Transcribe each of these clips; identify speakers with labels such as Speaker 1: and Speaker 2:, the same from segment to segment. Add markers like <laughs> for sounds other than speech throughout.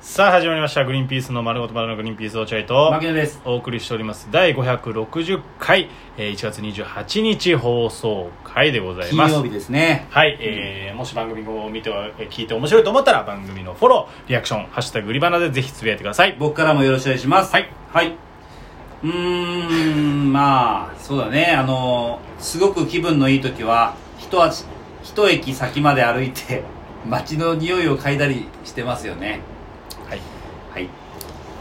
Speaker 1: さあ始まりました「グリーンピースの丸ごとバナナグリーンピース落合」と
Speaker 2: 牧野です
Speaker 1: お送りしております第560回、えー、1月28日放送回でござい
Speaker 2: 金
Speaker 1: ます
Speaker 2: 曜日ですね
Speaker 1: はい、えーもし番組を見てはえー聞いて面白いと思ったら番組のフォローリアクション「ハッシュタググリバナ」でぜひつぶやいてください
Speaker 2: 僕からもよろしくお願いします
Speaker 1: はい、
Speaker 2: はい、うーんまあそうだねあのすごく気分のいい時は一足一駅先まで歩いて街の匂いを嗅いだりしてますよね
Speaker 1: はい、
Speaker 2: はい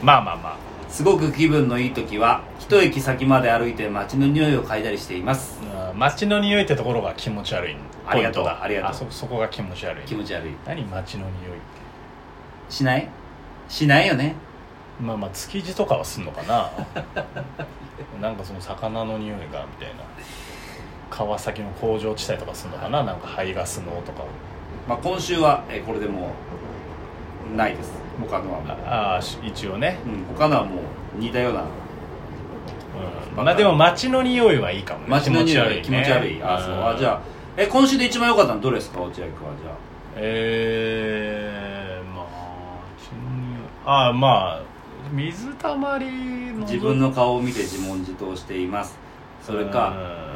Speaker 1: まあまあます
Speaker 2: ごく気分のいい時は一駅先まで歩いて街の匂いを嗅いだりしています
Speaker 1: あうん街の匂いってところが気持ち悪い
Speaker 2: ありがとう
Speaker 1: ポイント
Speaker 2: ありがとう
Speaker 1: そそこが気持ち悪い
Speaker 2: 気持ち悪い
Speaker 1: 何街の匂いって
Speaker 2: しないしないよね
Speaker 1: まあまあ築地とかはすんのか
Speaker 2: <laughs>
Speaker 1: ななんかその魚の匂いがみたいな川崎の工場地帯とかすんのかななんか排ガスのとか
Speaker 2: まあ今週はえこれでもうないです他のはもう
Speaker 1: ああー一応ね、
Speaker 2: うん、他のはもう似たような
Speaker 1: うんまあでも街の匂いはいいかもね
Speaker 2: 街の匂い
Speaker 1: ね
Speaker 2: 気持ち悪いあそうあじ
Speaker 1: あ
Speaker 2: ゃあえ今週で一番良かったのどれですか落合君はじゃあ
Speaker 1: えー、まあ街の匂いああまあ水たまりの
Speaker 2: 自分の顔を見て自問自答していますそれか
Speaker 1: うん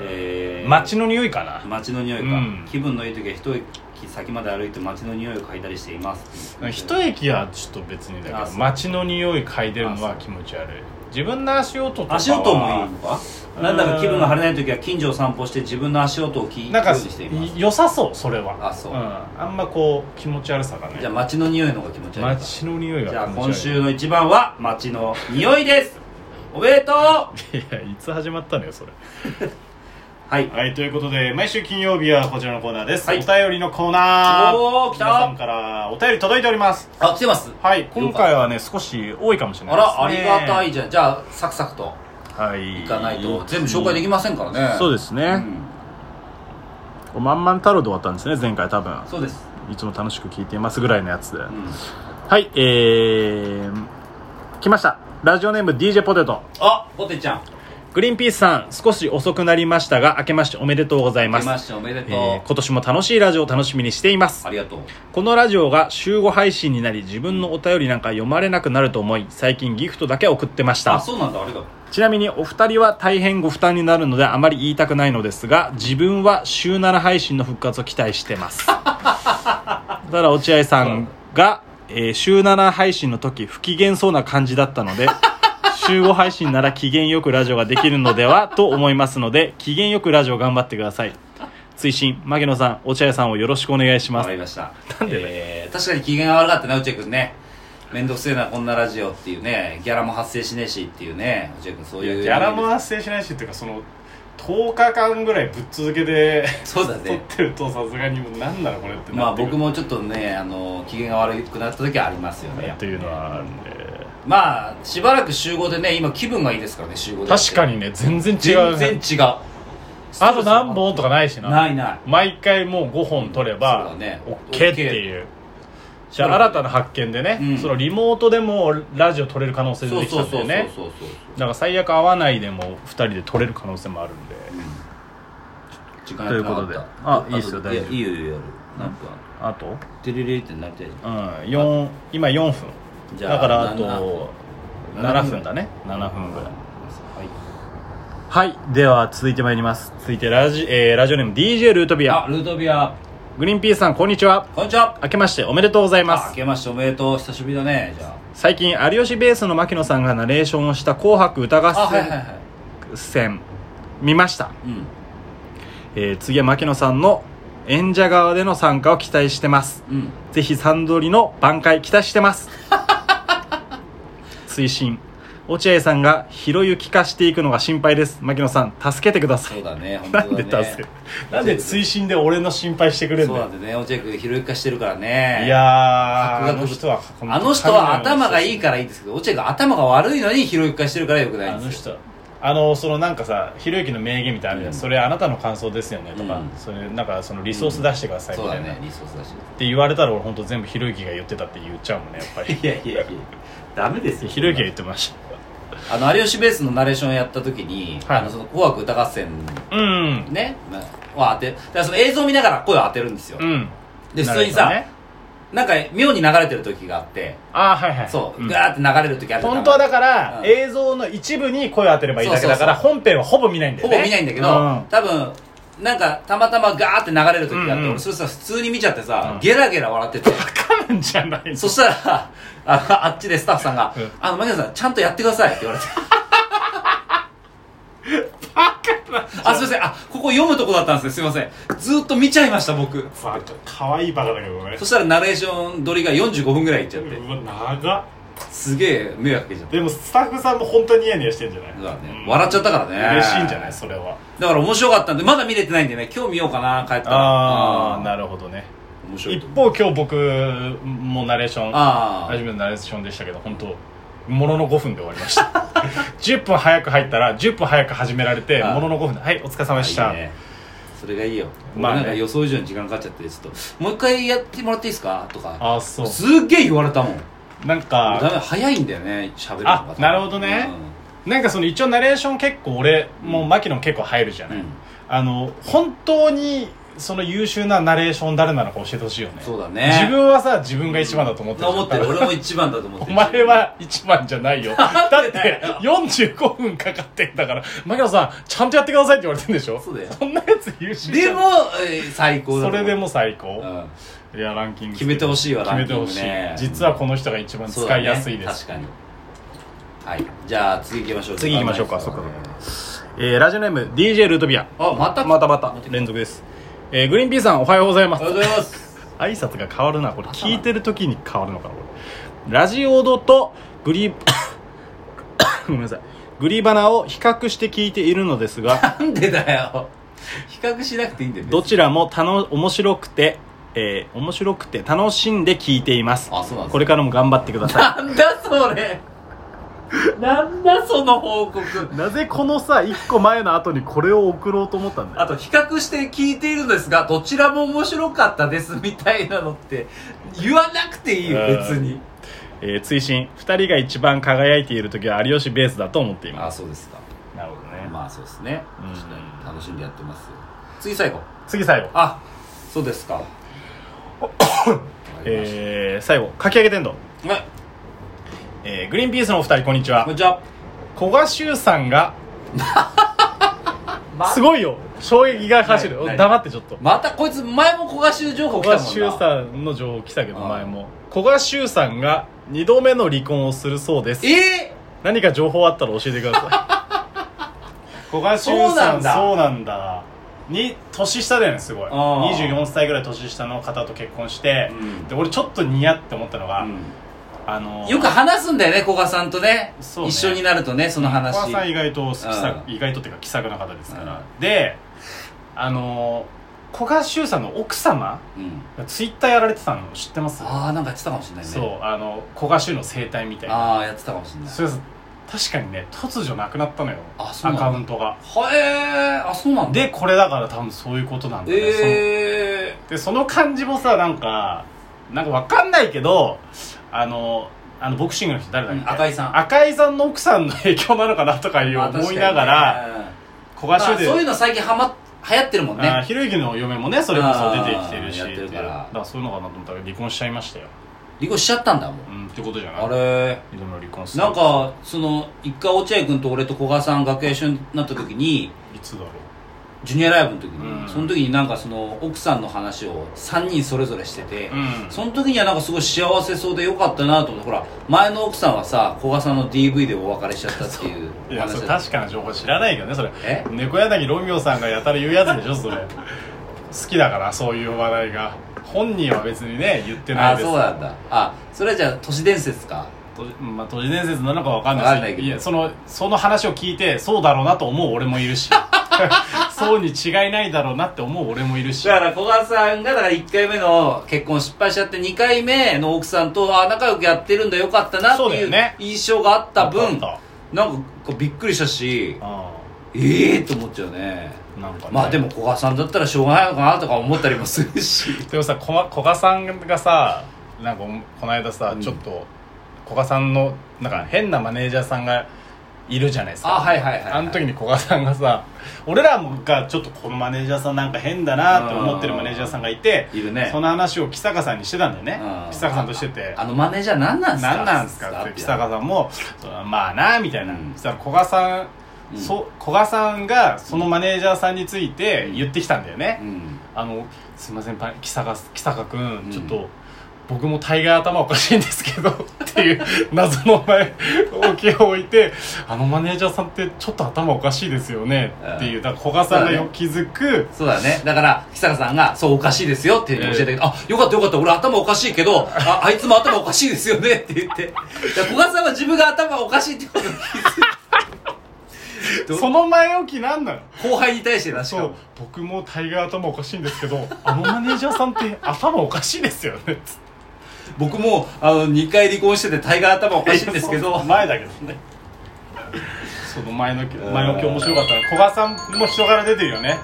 Speaker 2: えー
Speaker 1: 街の匂いかな
Speaker 2: 街の匂いか、
Speaker 1: うん
Speaker 2: 気分のいい時は一駅先まで歩いて街の匂いを嗅いだりしています
Speaker 1: 一駅はちょっと別にだけ
Speaker 2: あそ
Speaker 1: ど
Speaker 2: う
Speaker 1: 街の匂い嗅いでるのは気持ち悪い自分の足音とかは
Speaker 2: 足音もいいのか
Speaker 1: うん
Speaker 2: なんだか気分が晴れない時は近所を散歩して自分の足音を聞く
Speaker 1: なんか
Speaker 2: ようにしています
Speaker 1: 良さそうそれは、
Speaker 2: あそうん
Speaker 1: あんまこう気持ち悪さがね
Speaker 2: じゃあ街の匂いの方が気持ち悪いか
Speaker 1: 街の匂い
Speaker 2: じゃ
Speaker 1: が
Speaker 2: あ
Speaker 1: 気持
Speaker 2: 今
Speaker 1: ち悪
Speaker 2: 週の一番は街の匂いですおめでとう
Speaker 1: いいやいつ始まったのよそれ
Speaker 2: はい
Speaker 1: はいということで毎週金曜日はこちらのコーナーです、
Speaker 2: はい
Speaker 1: お便りのコーナー
Speaker 2: おー来た
Speaker 1: 皆さんからお便り届いております
Speaker 2: あ来てます
Speaker 1: はい今回はね少し多いかもしれな
Speaker 2: あ
Speaker 1: い
Speaker 2: らありがたい
Speaker 1: ですね
Speaker 2: じゃんじゃあサクサクと
Speaker 1: はい
Speaker 2: いかないと全部紹介できませんからね
Speaker 1: そう
Speaker 2: で
Speaker 1: ですね、まんまん太郎で終わったんですね前回多分
Speaker 2: そうです、
Speaker 1: いつも楽しく聞いていますぐらいのやつで、
Speaker 2: うん、
Speaker 1: はいえー、来ましたラジオネーム DJ ポテト
Speaker 2: あポテちゃん
Speaker 1: グリーンピースさん少し遅くなりましたが明けましておめでとうござい
Speaker 2: 出
Speaker 1: ま
Speaker 2: ますしておめでとう、
Speaker 1: えー今年も楽しいラジオを楽しみにしています
Speaker 2: ありがとう
Speaker 1: このラジオが週5配信になり自分のお便りなんか読まれなくなると思い最近ギフトだけ送ってまし
Speaker 2: あ
Speaker 1: た
Speaker 2: そうなんだありがとう
Speaker 1: ちなみにお二人は大変ご負担になるのであまり言いたくないのですが自分は週7配信の復活を期待してます <laughs> ただ落合さんが、えー週7配信の時不機嫌そうな感じだった <laughs> ので週5配信なら機嫌よくラジオができるのではと思いますので機嫌よくラジオ頑張ってください追伸牧野さん落合さんをよろしくお願いしま
Speaker 2: わ
Speaker 1: す
Speaker 2: かりました
Speaker 1: なんでだよ
Speaker 2: えー確かに機嫌が悪かったね落合君ね面倒くせえなこんなラジオっていうねギャラも発生しねえしっていうね落合君そ
Speaker 1: い
Speaker 2: うい
Speaker 1: や
Speaker 2: う
Speaker 1: ギャラも発生しないしっていうかその10日間ぐらいぶっ続けて
Speaker 2: そうだ
Speaker 1: 撮っ
Speaker 2: ね
Speaker 1: てるとさすがにもう何なのこれって
Speaker 2: ま
Speaker 1: な
Speaker 2: あ
Speaker 1: ってく
Speaker 2: 僕
Speaker 1: る
Speaker 2: もちょっとねあの機嫌が悪くなった時はありますよね
Speaker 1: っていうのはあるんで
Speaker 2: まあしばらく集合でね今気分がいいですからね集合で
Speaker 1: 確かにね全然違う
Speaker 2: 全
Speaker 1: ね
Speaker 2: 然違う
Speaker 1: あと何本とかないしな
Speaker 2: ないない
Speaker 1: 毎回もう5本取れば
Speaker 2: そうだね
Speaker 1: OK っていうじゃあ新たな発見でね、
Speaker 2: うん
Speaker 1: そのリモートでもラジオ取れる可能性で
Speaker 2: そう
Speaker 1: できた
Speaker 2: そうん
Speaker 1: だ
Speaker 2: そうそ
Speaker 1: よ
Speaker 2: う
Speaker 1: ね
Speaker 2: そう
Speaker 1: だから最悪合わないでも2人で取れる可能性もあるんで
Speaker 2: 時間やってなかった
Speaker 1: ということであいいっすよ大丈夫
Speaker 2: いやいいよいいよやるなんか
Speaker 1: あと、
Speaker 2: テレレってなりたい
Speaker 1: うん、四今4分
Speaker 2: じゃあ
Speaker 1: だからあ
Speaker 2: 7
Speaker 1: と7分だね7分ぐらい
Speaker 2: は
Speaker 1: はいでは続いてまいります続いてラジ,、えーラジオネーム DJ ルートビ
Speaker 2: いあ
Speaker 1: ア
Speaker 2: ルートビア
Speaker 1: グリーンピースさんこんにちは
Speaker 2: こんにちは
Speaker 1: 明けましておめでとうございま
Speaker 2: あ明
Speaker 1: す
Speaker 2: けましておめでとう久しぶりだねじゃ
Speaker 1: 最近有吉ベースの牧野さんがナレーションをした「紅白歌合
Speaker 2: ああはいはいは
Speaker 1: 戦
Speaker 2: い」
Speaker 1: 戦見ました、
Speaker 2: うん
Speaker 1: えー次は牧野さんの演者側での参加を期待してます
Speaker 2: うん
Speaker 1: ぜひサンドリの挽回期待して
Speaker 2: <laughs>
Speaker 1: ます推進落合さんがひろゆき化していくのが心配です牧野さん助けてください
Speaker 2: そうだね本当
Speaker 1: <laughs> な
Speaker 2: だ
Speaker 1: んで
Speaker 2: ね
Speaker 1: 助けなんで推進で俺の心配してくれるん
Speaker 2: そう
Speaker 1: だ
Speaker 2: な
Speaker 1: よ
Speaker 2: んでね落合君ひろゆき化してるからね
Speaker 1: いやーあ
Speaker 2: 博学
Speaker 1: の人は
Speaker 2: あの人は頭がいいからいいんですけど、落合が頭が悪いのにひろゆき化してるからよくない
Speaker 1: あ
Speaker 2: ん
Speaker 1: の
Speaker 2: ですよ。
Speaker 1: 人あのそのなんかさひろゆきの名言みたいなのあるじゃん、
Speaker 2: うん
Speaker 1: それあなたの感想ですよねとか、
Speaker 2: うん
Speaker 1: それなんかそのリソース出してくださいみ
Speaker 2: そう
Speaker 1: た
Speaker 2: だ
Speaker 1: いな、
Speaker 2: ね、
Speaker 1: っ
Speaker 2: リソースだし。
Speaker 1: て言われたら俺本当全部ひろゆきが言ってたって言っちゃうもんねやっぱり
Speaker 2: いやいやいや、ダメですよ。
Speaker 1: ひろゆきが言ってました
Speaker 2: あの、有吉ベースのナレーションやった時に、
Speaker 1: はい
Speaker 2: あの、その、紅白歌合戦
Speaker 1: うん
Speaker 2: ね、まあを当て、だからその映像見ながら声を当てるんですよ。
Speaker 1: うん
Speaker 2: で、普通にさ、
Speaker 1: なるほどね
Speaker 2: なんか妙に流れてる時があって
Speaker 1: ああはいはい
Speaker 2: そう、
Speaker 1: ん
Speaker 2: ガーって流れる時あるじゃん
Speaker 1: 本当はだから、
Speaker 2: うん
Speaker 1: 映像の一部に声を当てればいいだけだから
Speaker 2: そうそ
Speaker 1: 本編はほぼ見ないんだ
Speaker 2: ほ
Speaker 1: よね
Speaker 2: ぼ見ないんだけど、
Speaker 1: うん
Speaker 2: 多分なんかたまたまガーって流れる時があって、
Speaker 1: うんうん
Speaker 2: 俺それさ普通に見ちゃってさ、
Speaker 1: うん
Speaker 2: ゲラゲラ笑ってて
Speaker 1: バカなんじゃ <laughs> ない
Speaker 2: そしたらああっちでスタッフさんが「
Speaker 1: うん
Speaker 2: あの槙野さんちゃんとやってください」って言われてあすいませんあここ読むとこだったんですねすいませんずーっと見ちゃいました僕
Speaker 1: バカ可愛いバカだけどごめん
Speaker 2: そしたらナレーション撮りが45分ぐらいいっちゃって
Speaker 1: うわ長っ
Speaker 2: すげえ迷惑かけちゃった
Speaker 1: でもスタッフさんも本当にニヤニヤしてんじゃない
Speaker 2: だからね
Speaker 1: うん
Speaker 2: 笑っちゃったからね
Speaker 1: 嬉しいんじゃないそれは
Speaker 2: だから面白かったんでまだ見れてないんでね今日見ようかな帰ったら
Speaker 1: ああ
Speaker 2: うん
Speaker 1: なるほどね
Speaker 2: 面白い
Speaker 1: 一
Speaker 2: と思う
Speaker 1: 方今日僕もナレーション
Speaker 2: ああ
Speaker 1: 初めてのナレーションでしたけど本当ものの5分で終わりました
Speaker 2: <laughs>
Speaker 1: 10分早く入ったら10分早く始められて
Speaker 2: ああ
Speaker 1: ものの5分ではいお疲れ様でした
Speaker 2: いいねそれがいいよ、
Speaker 1: まあね
Speaker 2: 俺なんか予想以上に時間かかっちゃってちょっともう一回やってもらっていいですかとか
Speaker 1: ああそ
Speaker 2: すっげえ言われたもん
Speaker 1: うなん
Speaker 2: ダ
Speaker 1: か
Speaker 2: メ早いんだよね喋るのが
Speaker 1: あなるほどねなんかその一応ナレーション結構俺もう牧野も結構入るじゃ
Speaker 2: う
Speaker 1: なんい、
Speaker 2: うん
Speaker 1: あの本当にその優秀なナレーション誰なのか教えてほしいよね
Speaker 2: そうだね
Speaker 1: 自分はさ自分が一番だと思ってるじゃん
Speaker 2: 思ってる俺も一番だと思って
Speaker 1: お
Speaker 2: る
Speaker 1: 前は一番じゃないよだ
Speaker 2: なん
Speaker 1: っ
Speaker 2: でだ
Speaker 1: て
Speaker 2: よ
Speaker 1: 45分かかってんだから槙野さんちゃんとやってくださいって言われてんでしょ
Speaker 2: そうだよ
Speaker 1: んなやつ優秀じ
Speaker 2: で
Speaker 1: ゃん
Speaker 2: も、えー最高だと
Speaker 1: そ
Speaker 2: 思う
Speaker 1: れでも最高
Speaker 2: う、ん
Speaker 1: いやランキング
Speaker 2: 決めてほしいわ
Speaker 1: 決めてほしい、
Speaker 2: ランキングね
Speaker 1: 実はこの人が一番
Speaker 2: そう
Speaker 1: 使
Speaker 2: だね
Speaker 1: いやすいです、
Speaker 2: 確かにはいじゃあ次行きましょう
Speaker 1: 次行きましょうかそっかえーラジオネーム DJ ルートビア
Speaker 2: あまた
Speaker 1: またまた連続です、えーグリーンピーさんおはようございま
Speaker 2: あ
Speaker 1: す
Speaker 2: りがとうございます <laughs>
Speaker 1: 挨拶が変わるなこれ聞いてる時に変わるのかなこれラジオドとグリ <coughs> ごめんなさいグリバナを比較して聞いているの <laughs> ですが
Speaker 2: なんでだよ比較しなくていいんだよ
Speaker 1: どちらもたの面白くて、えー面白くて楽しんで聞いています
Speaker 2: あそうなんです
Speaker 1: これからも頑張ってくださ
Speaker 2: なんだそれなんだその報告
Speaker 1: いなぜこのさ1個前の後にこれを送ろうと思ったん
Speaker 2: あと比較して聞いているのですがどちらも面白かったですみたいなのって言わなくていいよ
Speaker 1: うん
Speaker 2: 別に
Speaker 1: <laughs> えー追伸2人が一番輝いている時は有吉ベースだと思っています
Speaker 2: そうですか
Speaker 1: なるほどね、
Speaker 2: まあそうですね
Speaker 1: うん
Speaker 2: 確かに楽しんでやってます次最後
Speaker 1: 次最後
Speaker 2: あそうですかわかりまし
Speaker 1: えー最後かき上げ天丼、
Speaker 2: たはい
Speaker 1: えーグリーンピースのお二人こんにちは
Speaker 2: こんにちは
Speaker 1: 古賀修さんが
Speaker 2: ます
Speaker 1: ごいよ衝撃が走る、
Speaker 2: はいはい
Speaker 1: 黙ってちょっと
Speaker 2: またこいつ前も小賀集情報
Speaker 1: 古賀
Speaker 2: 来たもんな
Speaker 1: 修さんの情報来たけど
Speaker 2: ああ
Speaker 1: 前も古賀修さんが2度目の離婚をするそうです
Speaker 2: ええ
Speaker 1: 何か情報あったら教えてください
Speaker 2: <laughs>
Speaker 1: 古賀修
Speaker 2: そうな
Speaker 1: さん
Speaker 2: んだ
Speaker 1: そうなんだに年下だよねすごい
Speaker 2: ああ
Speaker 1: 24歳ぐらい年下の方と結婚して、
Speaker 2: うん
Speaker 1: で俺ちょっと似合って思ったのが、あの
Speaker 2: よく話すんだよね古賀さんとね
Speaker 1: そうね
Speaker 2: 一緒になるとねその
Speaker 1: お母
Speaker 2: 話
Speaker 1: さん意外と気さ、
Speaker 2: う
Speaker 1: 意外とっていうか気さくな方ですから、
Speaker 2: う
Speaker 1: であの古賀修さんの奥様
Speaker 2: うん
Speaker 1: がツイッターやられてたの知ってます、
Speaker 2: ああなんかやってたかもしれないね
Speaker 1: そうあの古賀修の生態みたいな
Speaker 2: ああやってたかもしれない
Speaker 1: それ確かにね突如なくなったのよ
Speaker 2: あそう
Speaker 1: ア
Speaker 2: なんだ
Speaker 1: カウントが
Speaker 2: はえー、あそうなんだ
Speaker 1: でこれだから多分そういうことなんだね、その
Speaker 2: え
Speaker 1: でその感じもさなんかなんかわかんないけどあのあのボクシングの人誰
Speaker 2: ー
Speaker 1: だ
Speaker 2: う
Speaker 1: っけ、
Speaker 2: ん、赤井さん
Speaker 1: 赤井さんの奥さんの影響なのかなとかいう
Speaker 2: まあ
Speaker 1: 思いながら、
Speaker 2: 確かにね
Speaker 1: 古
Speaker 2: まあ
Speaker 1: 賀修で
Speaker 2: そういうの最近はま流行ってるもん
Speaker 1: あー
Speaker 2: ね
Speaker 1: ひろゆきの嫁もねそれこそ出てきてるし
Speaker 2: あーやってるから
Speaker 1: だからそういうのかなと思ったら離婚しちゃいましたよ
Speaker 2: 離婚しちゃったんだもん
Speaker 1: うんってことじゃない
Speaker 2: あれ
Speaker 1: 二度目の離婚する
Speaker 2: なんかその一回落合君と俺と古賀さん楽屋一緒になった時に
Speaker 1: いつだろう
Speaker 2: ジュニアライブの時
Speaker 1: う
Speaker 2: に、
Speaker 1: ん
Speaker 2: その時になんかその奥さんの話を3人それぞれしてて、
Speaker 1: うん
Speaker 2: その時にはなんかすごい幸せそうでよかったなと思ってほら前の奥さんはさ古賀さんの DV でお別れしちゃったっていう
Speaker 1: い
Speaker 2: お
Speaker 1: やそ
Speaker 2: 話
Speaker 1: れ
Speaker 2: だ
Speaker 1: 確かな情報知らないけどねそれ
Speaker 2: え
Speaker 1: 猫柳ロミオさんがやたら言うやつでしょそれ好きだからそういう話題が本人は別にね言ってない
Speaker 2: あ
Speaker 1: です
Speaker 2: そうなんだあそれじゃあ都市伝説か
Speaker 1: とまあ都市伝説なのかわかんない
Speaker 2: わかんないけど
Speaker 1: いやそのその話を聞いてそうだろうなと思う俺もい
Speaker 2: <laughs>
Speaker 1: るしそうに違いないだろうなって思う俺もいるし
Speaker 2: だから古賀さんがだから1回目の結婚失敗しちゃって2回目の奥さんとあ仲良くやってるんだよかったなって
Speaker 1: そうだ
Speaker 2: い
Speaker 1: よ
Speaker 2: う
Speaker 1: ね
Speaker 2: 印象があった分、
Speaker 1: あったあっ
Speaker 2: なんかこうびっくりしたした
Speaker 1: あ
Speaker 2: ええー、と思っちゃうね
Speaker 1: あなんかね
Speaker 2: まあでも古賀さんだったらしょうがないのかなとか思ったりもす
Speaker 1: <laughs>
Speaker 2: るし
Speaker 1: でもさこま古賀さんがさなんかこの間さ、
Speaker 2: うん
Speaker 1: ちょっと古賀さんのなんか変なマネージャーさんがいるじゃないですか
Speaker 2: あはいはいはい、はい、
Speaker 1: あの時に古賀さんがさ俺らがちょっとこのマネージャーさんなんか変だなって思ってるマネージャーさんがいて
Speaker 2: いるね
Speaker 1: その話を木坂さんにしてたんだよね
Speaker 2: うん
Speaker 1: 木坂さんとしてて
Speaker 2: あのマネージャー何なんすか
Speaker 1: 何なんですかって木坂さんもそのまあなみたいな
Speaker 2: うん
Speaker 1: そしたら古賀さ
Speaker 2: うん
Speaker 1: んそ古賀さんがそのマネージャーさんについて
Speaker 2: うん
Speaker 1: 言ってきたんだよ
Speaker 2: う
Speaker 1: ね
Speaker 2: ん
Speaker 1: あのすいませんパ木坂木坂君
Speaker 2: ん
Speaker 1: ちょっと僕も大概頭おかしいんですけど <laughs> っていう謎の前置きを置いてあのマネージャーさんってちょっと頭おかしいですよねっていうだから古賀さんがよく気づく
Speaker 2: そうだねだから木坂さんが「そうおかしいですよ」っていうふうに教えてあげて、あよかったよかった俺頭おかしいけどああいつも頭おかしいですよね」って言ってだから古賀さんは自分が頭おかしいってことにど
Speaker 1: <laughs> その前置きなんなの
Speaker 2: 後輩に対してなし
Speaker 1: そ
Speaker 2: か
Speaker 1: う
Speaker 2: も
Speaker 1: 僕も大概頭おかしいんですけどあのマネージャーさんって頭おかしいですよねつって
Speaker 2: 僕もあの2回離婚してて大概頭おかしいんですけど
Speaker 1: そう前だけど
Speaker 2: <laughs>
Speaker 1: ねその前のき前置き面白かったな古賀さんも人柄出てるよね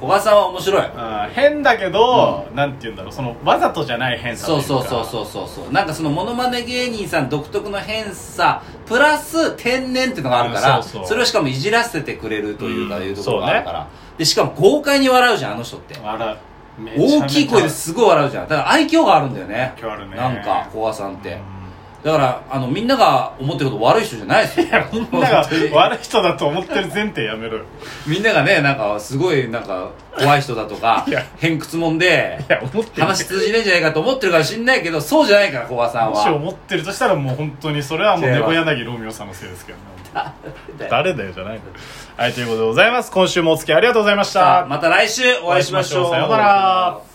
Speaker 2: 古賀さんは面白い
Speaker 1: あー変だけど、なんて言うんだろうそのわざとじゃない変さとい
Speaker 2: そう
Speaker 1: か
Speaker 2: そうそうそうそうそうなんかそのモノマネ芸人さん独特の偏差プラス天然っていうのがあるから、
Speaker 1: うん
Speaker 2: そ
Speaker 1: そうそう
Speaker 2: れをしかもいじらせてくれるというか、
Speaker 1: うん
Speaker 2: いうところがあるから、でしかも豪快に笑うじゃんあの人って
Speaker 1: あらめちゃめちゃ
Speaker 2: 大きい声ですごい笑うじゃんだから愛嬌があるんだよね
Speaker 1: 愛嬌あるね
Speaker 2: なんか古賀さんって、
Speaker 1: う
Speaker 2: だからあのみんなが思ってること悪い人じゃないですよ
Speaker 1: んみんなが
Speaker 2: 本当に
Speaker 1: 悪い人だと思ってる前提やめろよ
Speaker 2: みんながねなんかすごいなんか怖い人だとか
Speaker 1: いや
Speaker 2: 偏屈もんで
Speaker 1: いや思ってる
Speaker 2: 話通じねえんじゃないかと思ってるかもしんないけどそうじゃないから古賀さん
Speaker 1: もし
Speaker 2: は
Speaker 1: 思ってるとしたらもう本当にそれはもう猫柳ロミオさんのせいですけどね誰だよじゃないのはいということでございます今週もお付き合いありがとうございました
Speaker 2: さあまた来週お会いしましょう
Speaker 1: お会いしましょうさようなら